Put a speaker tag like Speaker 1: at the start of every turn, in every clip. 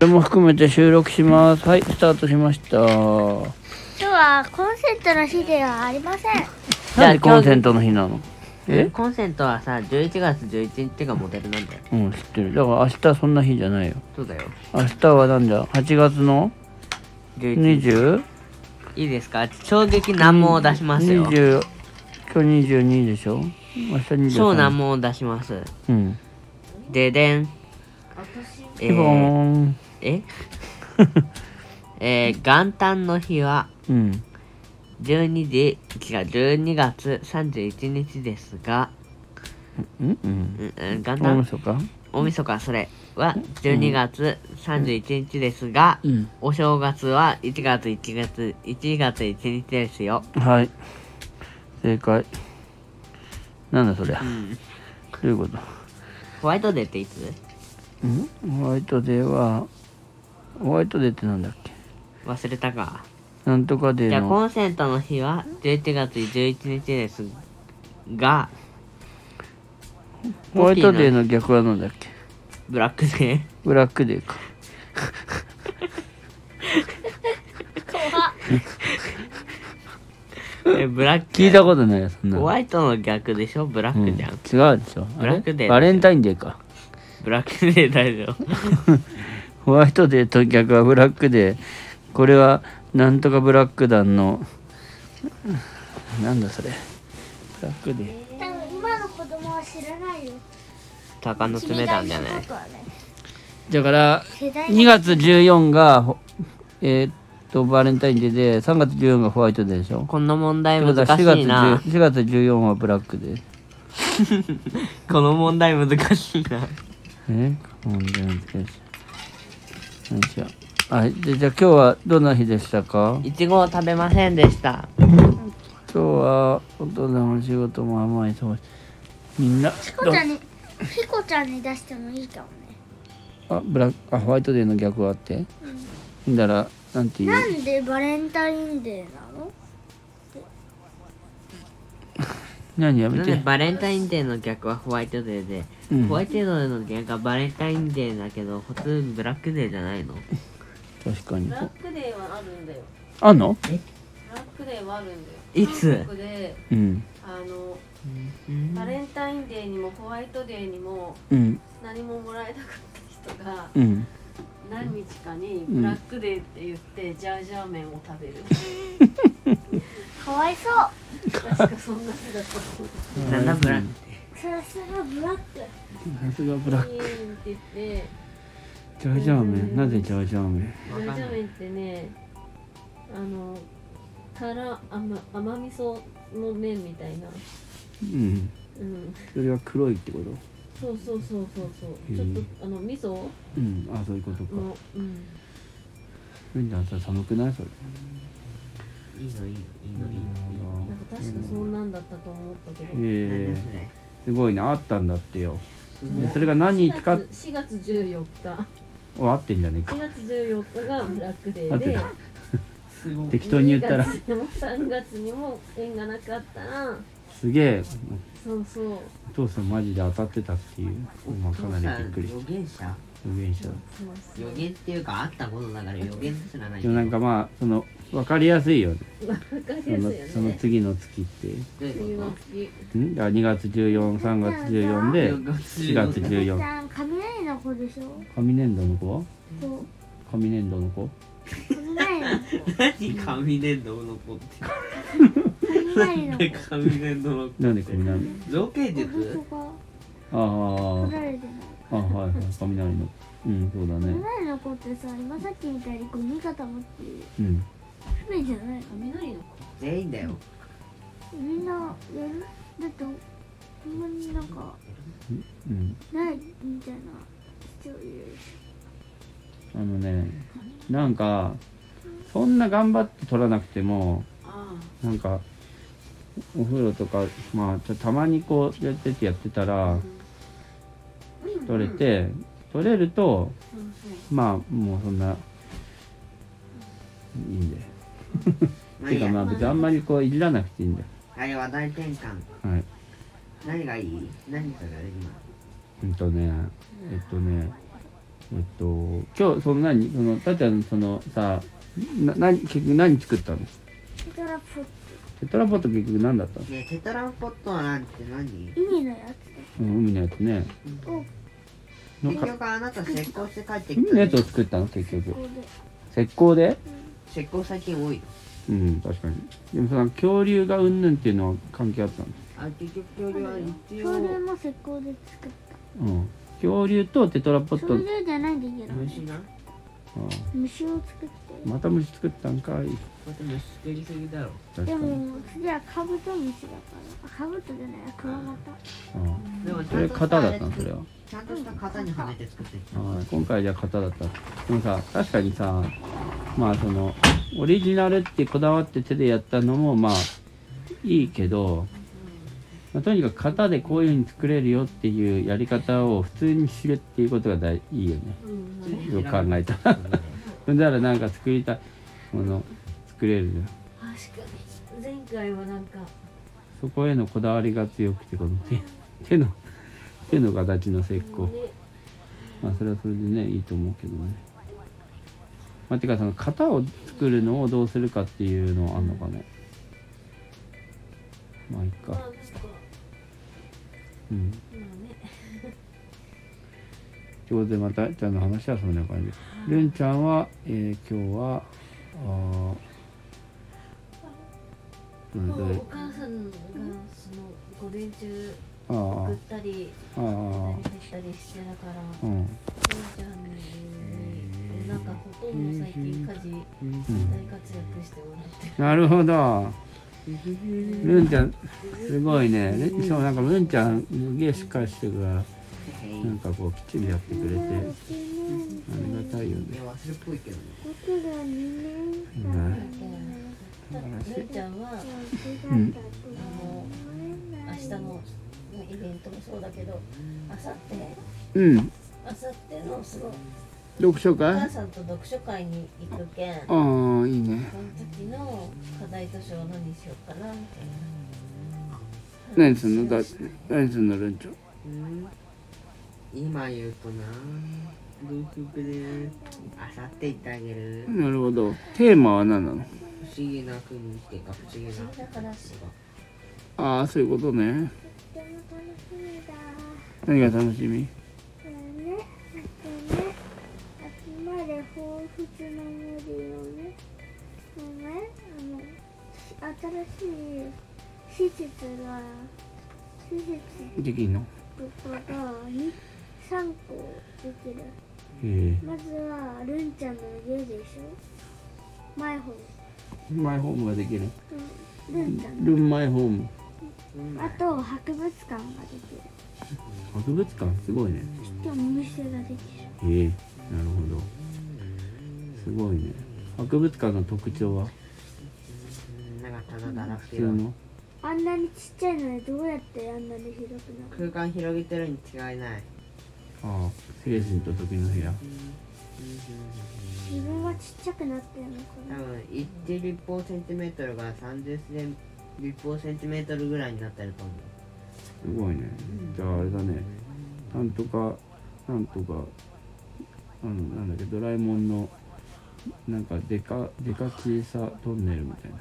Speaker 1: れも含めて収録しますはいスタートしました
Speaker 2: 今日はコンセントの日ではありません。
Speaker 3: じゃあ
Speaker 1: なんでコンセントの日なのえ
Speaker 3: コンセントはさ11月11日がモデルなんだよ
Speaker 1: うん知ってるだから明日そんな日じゃないよ
Speaker 3: そうだよ
Speaker 1: 明日はなんだ8月の
Speaker 3: 11
Speaker 1: 20
Speaker 3: いいですか衝撃難問を出しますよ
Speaker 1: 20今日22でしょ明日23
Speaker 3: 超難問を出します
Speaker 1: うん
Speaker 3: ででんえ
Speaker 1: ピボー
Speaker 3: ー、
Speaker 1: ン
Speaker 3: え えー、元旦の日は
Speaker 1: うん
Speaker 3: 12時違う12月31日ですが、
Speaker 1: うんうん
Speaker 3: うんうん、元
Speaker 1: 大
Speaker 3: 旦
Speaker 1: 晦日
Speaker 3: 大晦日それは12月31日ですが、
Speaker 1: うん
Speaker 3: お正月は1月1月1月1日ですよ、
Speaker 1: はい正解なんだそりゃ
Speaker 3: うん、
Speaker 1: どういうこと
Speaker 3: ホワイトデーっていつ
Speaker 1: んホワイトデーはホワイトデーってなんだっけ
Speaker 3: 忘れたか
Speaker 1: なんとかデ
Speaker 3: じゃ
Speaker 1: ー
Speaker 3: あ
Speaker 1: の
Speaker 3: コンセントの日は11月11日ですが
Speaker 1: ホワイトデー
Speaker 3: の
Speaker 1: の逆はなんだっけ
Speaker 3: ブラックデー
Speaker 1: ブラックデーか
Speaker 3: えブラック
Speaker 1: 聞いたことないよそんな
Speaker 3: ホ
Speaker 1: の
Speaker 3: ワイトの逆でしょブラックじゃん、
Speaker 1: 違うでしょあ
Speaker 3: ブラックデーだ
Speaker 1: れ
Speaker 3: よ
Speaker 1: バレンタインデーか
Speaker 3: ブラックデーだよ
Speaker 1: ホワイトデーと逆はブラックデーこれはなんとかブラック団のなんだそれブラックデー
Speaker 2: 多分今の子供は知らないよ。
Speaker 3: 鷹の爪なんじゃない
Speaker 1: だから
Speaker 2: 世代
Speaker 1: 2月14がほえーっとバレンタインデーで3月14がホワイトデーでしょ
Speaker 3: こんな問題
Speaker 1: だ
Speaker 3: 難
Speaker 1: から
Speaker 3: しいな
Speaker 1: 4月10 4月14はブラックデー
Speaker 3: この問題難しいな
Speaker 1: え問題のページよいしょはいでじゃあ今日はどんな日でしたか
Speaker 3: いちごを食べませんでした
Speaker 1: 今日はお父さんお仕事もあんまり忙しいみんな
Speaker 2: ひこちゃんに、ひこちゃんに出してもいいかもね。
Speaker 1: あブラックあホワイトデーの逆はあってだからなんていう
Speaker 2: なんでバレンタインデーなの
Speaker 1: 何や
Speaker 3: な
Speaker 1: め
Speaker 3: んで
Speaker 1: て
Speaker 3: バレンタインデーの逆はホワイトデーで、
Speaker 1: うん
Speaker 3: ホワイトデーの逆はバレンタインデーだけど普通にブラックデーじゃないの
Speaker 1: 確かに
Speaker 4: ブラックデーはあるんだよ。
Speaker 1: あんの
Speaker 4: ブラックデーはあるんだよ。
Speaker 3: いつ
Speaker 4: 韓国で、
Speaker 1: うん
Speaker 4: あの、
Speaker 3: うん
Speaker 4: バレンタインデーにもホワイトデーにも
Speaker 1: うん
Speaker 4: 何ももらえなかった人が
Speaker 1: うん
Speaker 4: 何日かにブラックデーって言ってジャージャー麺を食べる。
Speaker 2: かわいそう。
Speaker 4: 確かそんな日だったと思う。
Speaker 3: なんだブラック
Speaker 2: さすがブラック。
Speaker 1: さすがブラック
Speaker 4: イーンって言って、
Speaker 1: ジャージャー麺なぜジャージャー麺
Speaker 4: ジャージャー麺ってね、あの、辛甘甘味噌の麺みたいな。
Speaker 1: うん
Speaker 4: うん。
Speaker 1: それは黒いってこと
Speaker 4: そうそうそうそうそう。ちょっとあの味噌
Speaker 1: うんあそういうことか
Speaker 4: の、うん。
Speaker 1: みんな朝寒くないそれ
Speaker 3: いいのいいのいいのいいの
Speaker 4: なんか確かそんなんだったと思ったけど。
Speaker 1: ええ
Speaker 3: 何だそれ
Speaker 1: すごいなあったんだってよでそれが何日か
Speaker 4: 4月4月14日
Speaker 1: お合ってんじゃねえか
Speaker 4: 4月14日がブラックデ
Speaker 1: 合
Speaker 4: ー
Speaker 1: って
Speaker 4: で
Speaker 1: た適当に言ったら
Speaker 4: 2月でも3月にも縁がなかったら
Speaker 1: すげえ
Speaker 4: そうそう
Speaker 1: お父さんマジで当たってたっていう、まあ、かなりびっくりし
Speaker 3: 予
Speaker 1: た
Speaker 3: 言者
Speaker 1: 予言者だ
Speaker 3: 予言っていうかあったことだから予言すらない
Speaker 1: でもなんかまあその分かりやすいよね
Speaker 4: わかりやすい
Speaker 1: そ
Speaker 4: よ
Speaker 1: のその
Speaker 4: ね
Speaker 1: 次の月って
Speaker 3: どうい
Speaker 4: 次
Speaker 3: うこ
Speaker 4: の月
Speaker 1: んだから2月143月14
Speaker 3: と
Speaker 1: で
Speaker 3: 4月
Speaker 1: 4月
Speaker 2: ひこち
Speaker 1: 14
Speaker 2: ゃん、雷の子でしょ
Speaker 1: 上年度の子は
Speaker 2: そう。
Speaker 1: 上年度の子
Speaker 2: 雷の子。
Speaker 3: 何神年度の子っ
Speaker 2: 雷の
Speaker 3: て
Speaker 2: 子。
Speaker 3: 神年度の子
Speaker 1: なんで雷
Speaker 3: 造形術
Speaker 2: 男
Speaker 1: ああ
Speaker 2: が取れてない。
Speaker 1: ああはいはい雷のうんそうだね
Speaker 2: 雷の子ってさ、今さっきみたいにゴミ固まってる。
Speaker 1: うん
Speaker 2: 不便じゃないの
Speaker 4: 雷の子
Speaker 3: 全員だよ
Speaker 2: みんなやるだってほんまになんか
Speaker 1: うん
Speaker 2: ないみたいな人いる
Speaker 1: あのねなんかそんな頑張って取らなくても
Speaker 4: あ
Speaker 1: なんかお風呂とかまあちょたまにこうやっててやってたら取れて取れると
Speaker 4: あそうそ
Speaker 1: まあもうそんないいんだよ
Speaker 3: まあ
Speaker 1: て
Speaker 3: いい
Speaker 1: かまあ
Speaker 3: や
Speaker 1: 別にあんまりこういじらなくていいんだよ
Speaker 3: あれ話題転換
Speaker 1: はい
Speaker 3: 何がいい何それ今
Speaker 1: うんとねえっとねえっと今日その何そのたっちゃんのそのさな何結局何作ったの
Speaker 2: テトラポッ
Speaker 1: テトラポット結局何だったの、
Speaker 3: ねテトラポットなんて何
Speaker 2: ト海のやつ
Speaker 1: うん、海のやつね
Speaker 2: をこ
Speaker 1: の
Speaker 3: 結
Speaker 1: か
Speaker 3: 局あなた石膏して帰ってき
Speaker 1: 海の
Speaker 3: た
Speaker 1: や
Speaker 3: ね
Speaker 1: つを作ったの結局
Speaker 2: こで
Speaker 1: 石膏で
Speaker 3: 石膏最近多いよ
Speaker 1: うん確かにでもその恐竜がうんぬんっていうのは関係あったの
Speaker 3: あ結局恐竜は一
Speaker 2: 恐竜
Speaker 3: 応
Speaker 2: も石膏で作った
Speaker 1: うん恐竜とテトラポット
Speaker 2: 恐竜じゃないんだけど
Speaker 3: 虫な
Speaker 1: あ
Speaker 2: 虫を作っ
Speaker 1: あまた虫作ったんかい
Speaker 3: また虫作りすぎだろ
Speaker 2: て
Speaker 1: 確か
Speaker 2: で
Speaker 1: に
Speaker 2: も次はカブトムシだからあカブトじゃないクワガタ
Speaker 1: あ
Speaker 3: でも
Speaker 1: あそれ型だったのそれは
Speaker 3: ちゃんとした型にはめて作ってきた
Speaker 1: はい、今回じゃあ型だったでもさ確かにさまあそのオリジナルってこだわって手でやったのもまあいいけど、まあとにかく型でこういうふうに作れるよっていうやり方を普通に知るっていうことが大いいよね
Speaker 4: う
Speaker 1: よ
Speaker 4: ん
Speaker 1: く考えたら そんならなんか作りたいもの作れるじゃん
Speaker 4: 確かに前回はなんか
Speaker 1: そこへのこだわりが強くてこの手 手の手の形の石膏
Speaker 4: ね
Speaker 1: まあそれはそれでねいいと思うけどね。まあ、てかその型を作るのをどうするかっていうのはあんのかね。まあいい
Speaker 4: まあな
Speaker 1: か
Speaker 4: ん。か
Speaker 1: うん。
Speaker 4: 今ね
Speaker 1: ということでまたちゃんの話はそんな感じ。るんちゃんは、えー今日はあーなんだ
Speaker 4: お母さんがその午前中
Speaker 1: あ
Speaker 4: 送っ
Speaker 1: ー
Speaker 4: たり
Speaker 1: あー
Speaker 4: 何したりしてたか
Speaker 1: う
Speaker 4: らお
Speaker 1: ん
Speaker 4: ちゃんになんかほとんど最近家事大活躍してもらって
Speaker 1: なるほど。るんちゃんすごいね。るしかもなんかるんちゃんすげえしっかりしてるから。なんかこうきっちりやってくれてあ
Speaker 2: 2年
Speaker 1: りがたいよ
Speaker 3: い
Speaker 1: ね
Speaker 3: や忘れっぽいけどね
Speaker 2: 僕が2年
Speaker 1: う
Speaker 2: 間
Speaker 1: ん
Speaker 4: るーちゃんは
Speaker 1: うん
Speaker 4: 明日のイベントもそうだけどあさって
Speaker 1: うん
Speaker 4: あさってのその
Speaker 1: 読書
Speaker 4: お母
Speaker 1: 会
Speaker 4: さんと読書会に行くけん
Speaker 1: ああいいね
Speaker 4: その時の課題図書を何しようかなみたいな
Speaker 1: 何すんのだ何すんのるんちゃん
Speaker 3: うん今言うとな軍服であさって行ってあげる
Speaker 1: なるほどテーマは何なの
Speaker 3: 不思議な国っていうか不思議な
Speaker 4: 不思議な話
Speaker 1: ああそういうことね
Speaker 2: とても楽しみだ
Speaker 1: 何が楽しみ
Speaker 2: だねだね秋まで彷彿の森をねもうねあの新しい施設が施設
Speaker 1: できんのへ
Speaker 2: からに3個できる
Speaker 1: え
Speaker 2: まずはるんちゃんの家でしょマイホ
Speaker 1: マイホームができる
Speaker 2: ームるんちゃん
Speaker 1: ルンマイホーム
Speaker 3: うん
Speaker 2: あと博物館ができる
Speaker 1: 博物館すごいね
Speaker 2: そしてお店ができる
Speaker 1: へえなるほどすごいね博物館の特徴は
Speaker 3: うんなんか棚だら
Speaker 1: 普
Speaker 3: け
Speaker 1: 通
Speaker 3: よ
Speaker 1: の
Speaker 2: あんなにちっちゃいのにどうやってあんなに広くなる
Speaker 3: 空間広げてるに違いない
Speaker 1: ああ精神と時の部屋
Speaker 2: 自分はちっちゃくなってるのか
Speaker 3: 多
Speaker 2: な
Speaker 3: 分1立方センチメートルが30立方センチメートルぐらいになってると思
Speaker 1: すごいね。じゃああれだね。なんとか、なんとか、うん、なんだっけ、ドラえもんの、なんか、でか、でか小さトンネルみたいな。
Speaker 3: う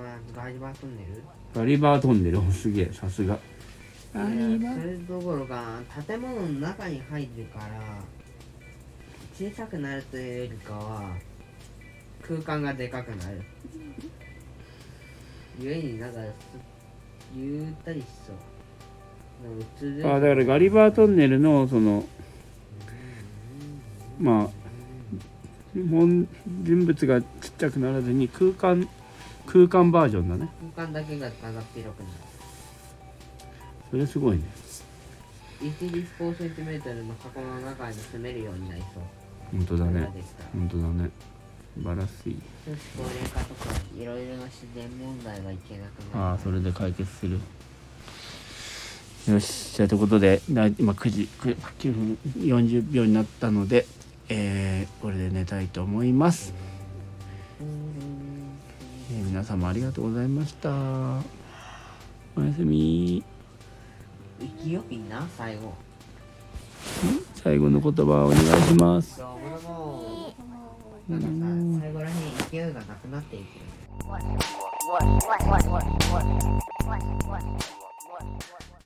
Speaker 3: まあまあガリバートンネル
Speaker 1: ガリバートンネル、おすげえ、さすが。
Speaker 3: いやそれどころか建物の中に入るから小さくなるというよりかは空間がでかくなる故になんかゆったりしそうなんかうつ
Speaker 1: ああ、だからガリバートンネルの、その、まあ、もん人物がちっちゃくならずに空間空間バージョンだね
Speaker 3: 空間だけがただ広くなる
Speaker 1: それすごいね
Speaker 3: 1立方センチメートルの箱の中に住めるようになりそう
Speaker 1: 本当だ
Speaker 3: それが
Speaker 1: ね
Speaker 3: できたら
Speaker 1: 本当だね素晴らしい
Speaker 3: 少子高齢化とかいろいろな自然問題がいけなくな
Speaker 1: あ
Speaker 3: る
Speaker 1: あそれで解決するよしじゃあということでな今9時9 9分40秒になったので、えーこれで寝たいと思います、えー皆様ありがとうございましたおやすみ
Speaker 3: 生きよいな最後
Speaker 1: 最後の言葉をお願いします。
Speaker 3: どうもどうも
Speaker 1: う
Speaker 3: なんか
Speaker 1: ん
Speaker 3: さ最後らへん勢いがなくなっていくよね
Speaker 5: what, what, what, what, what, what, what, what.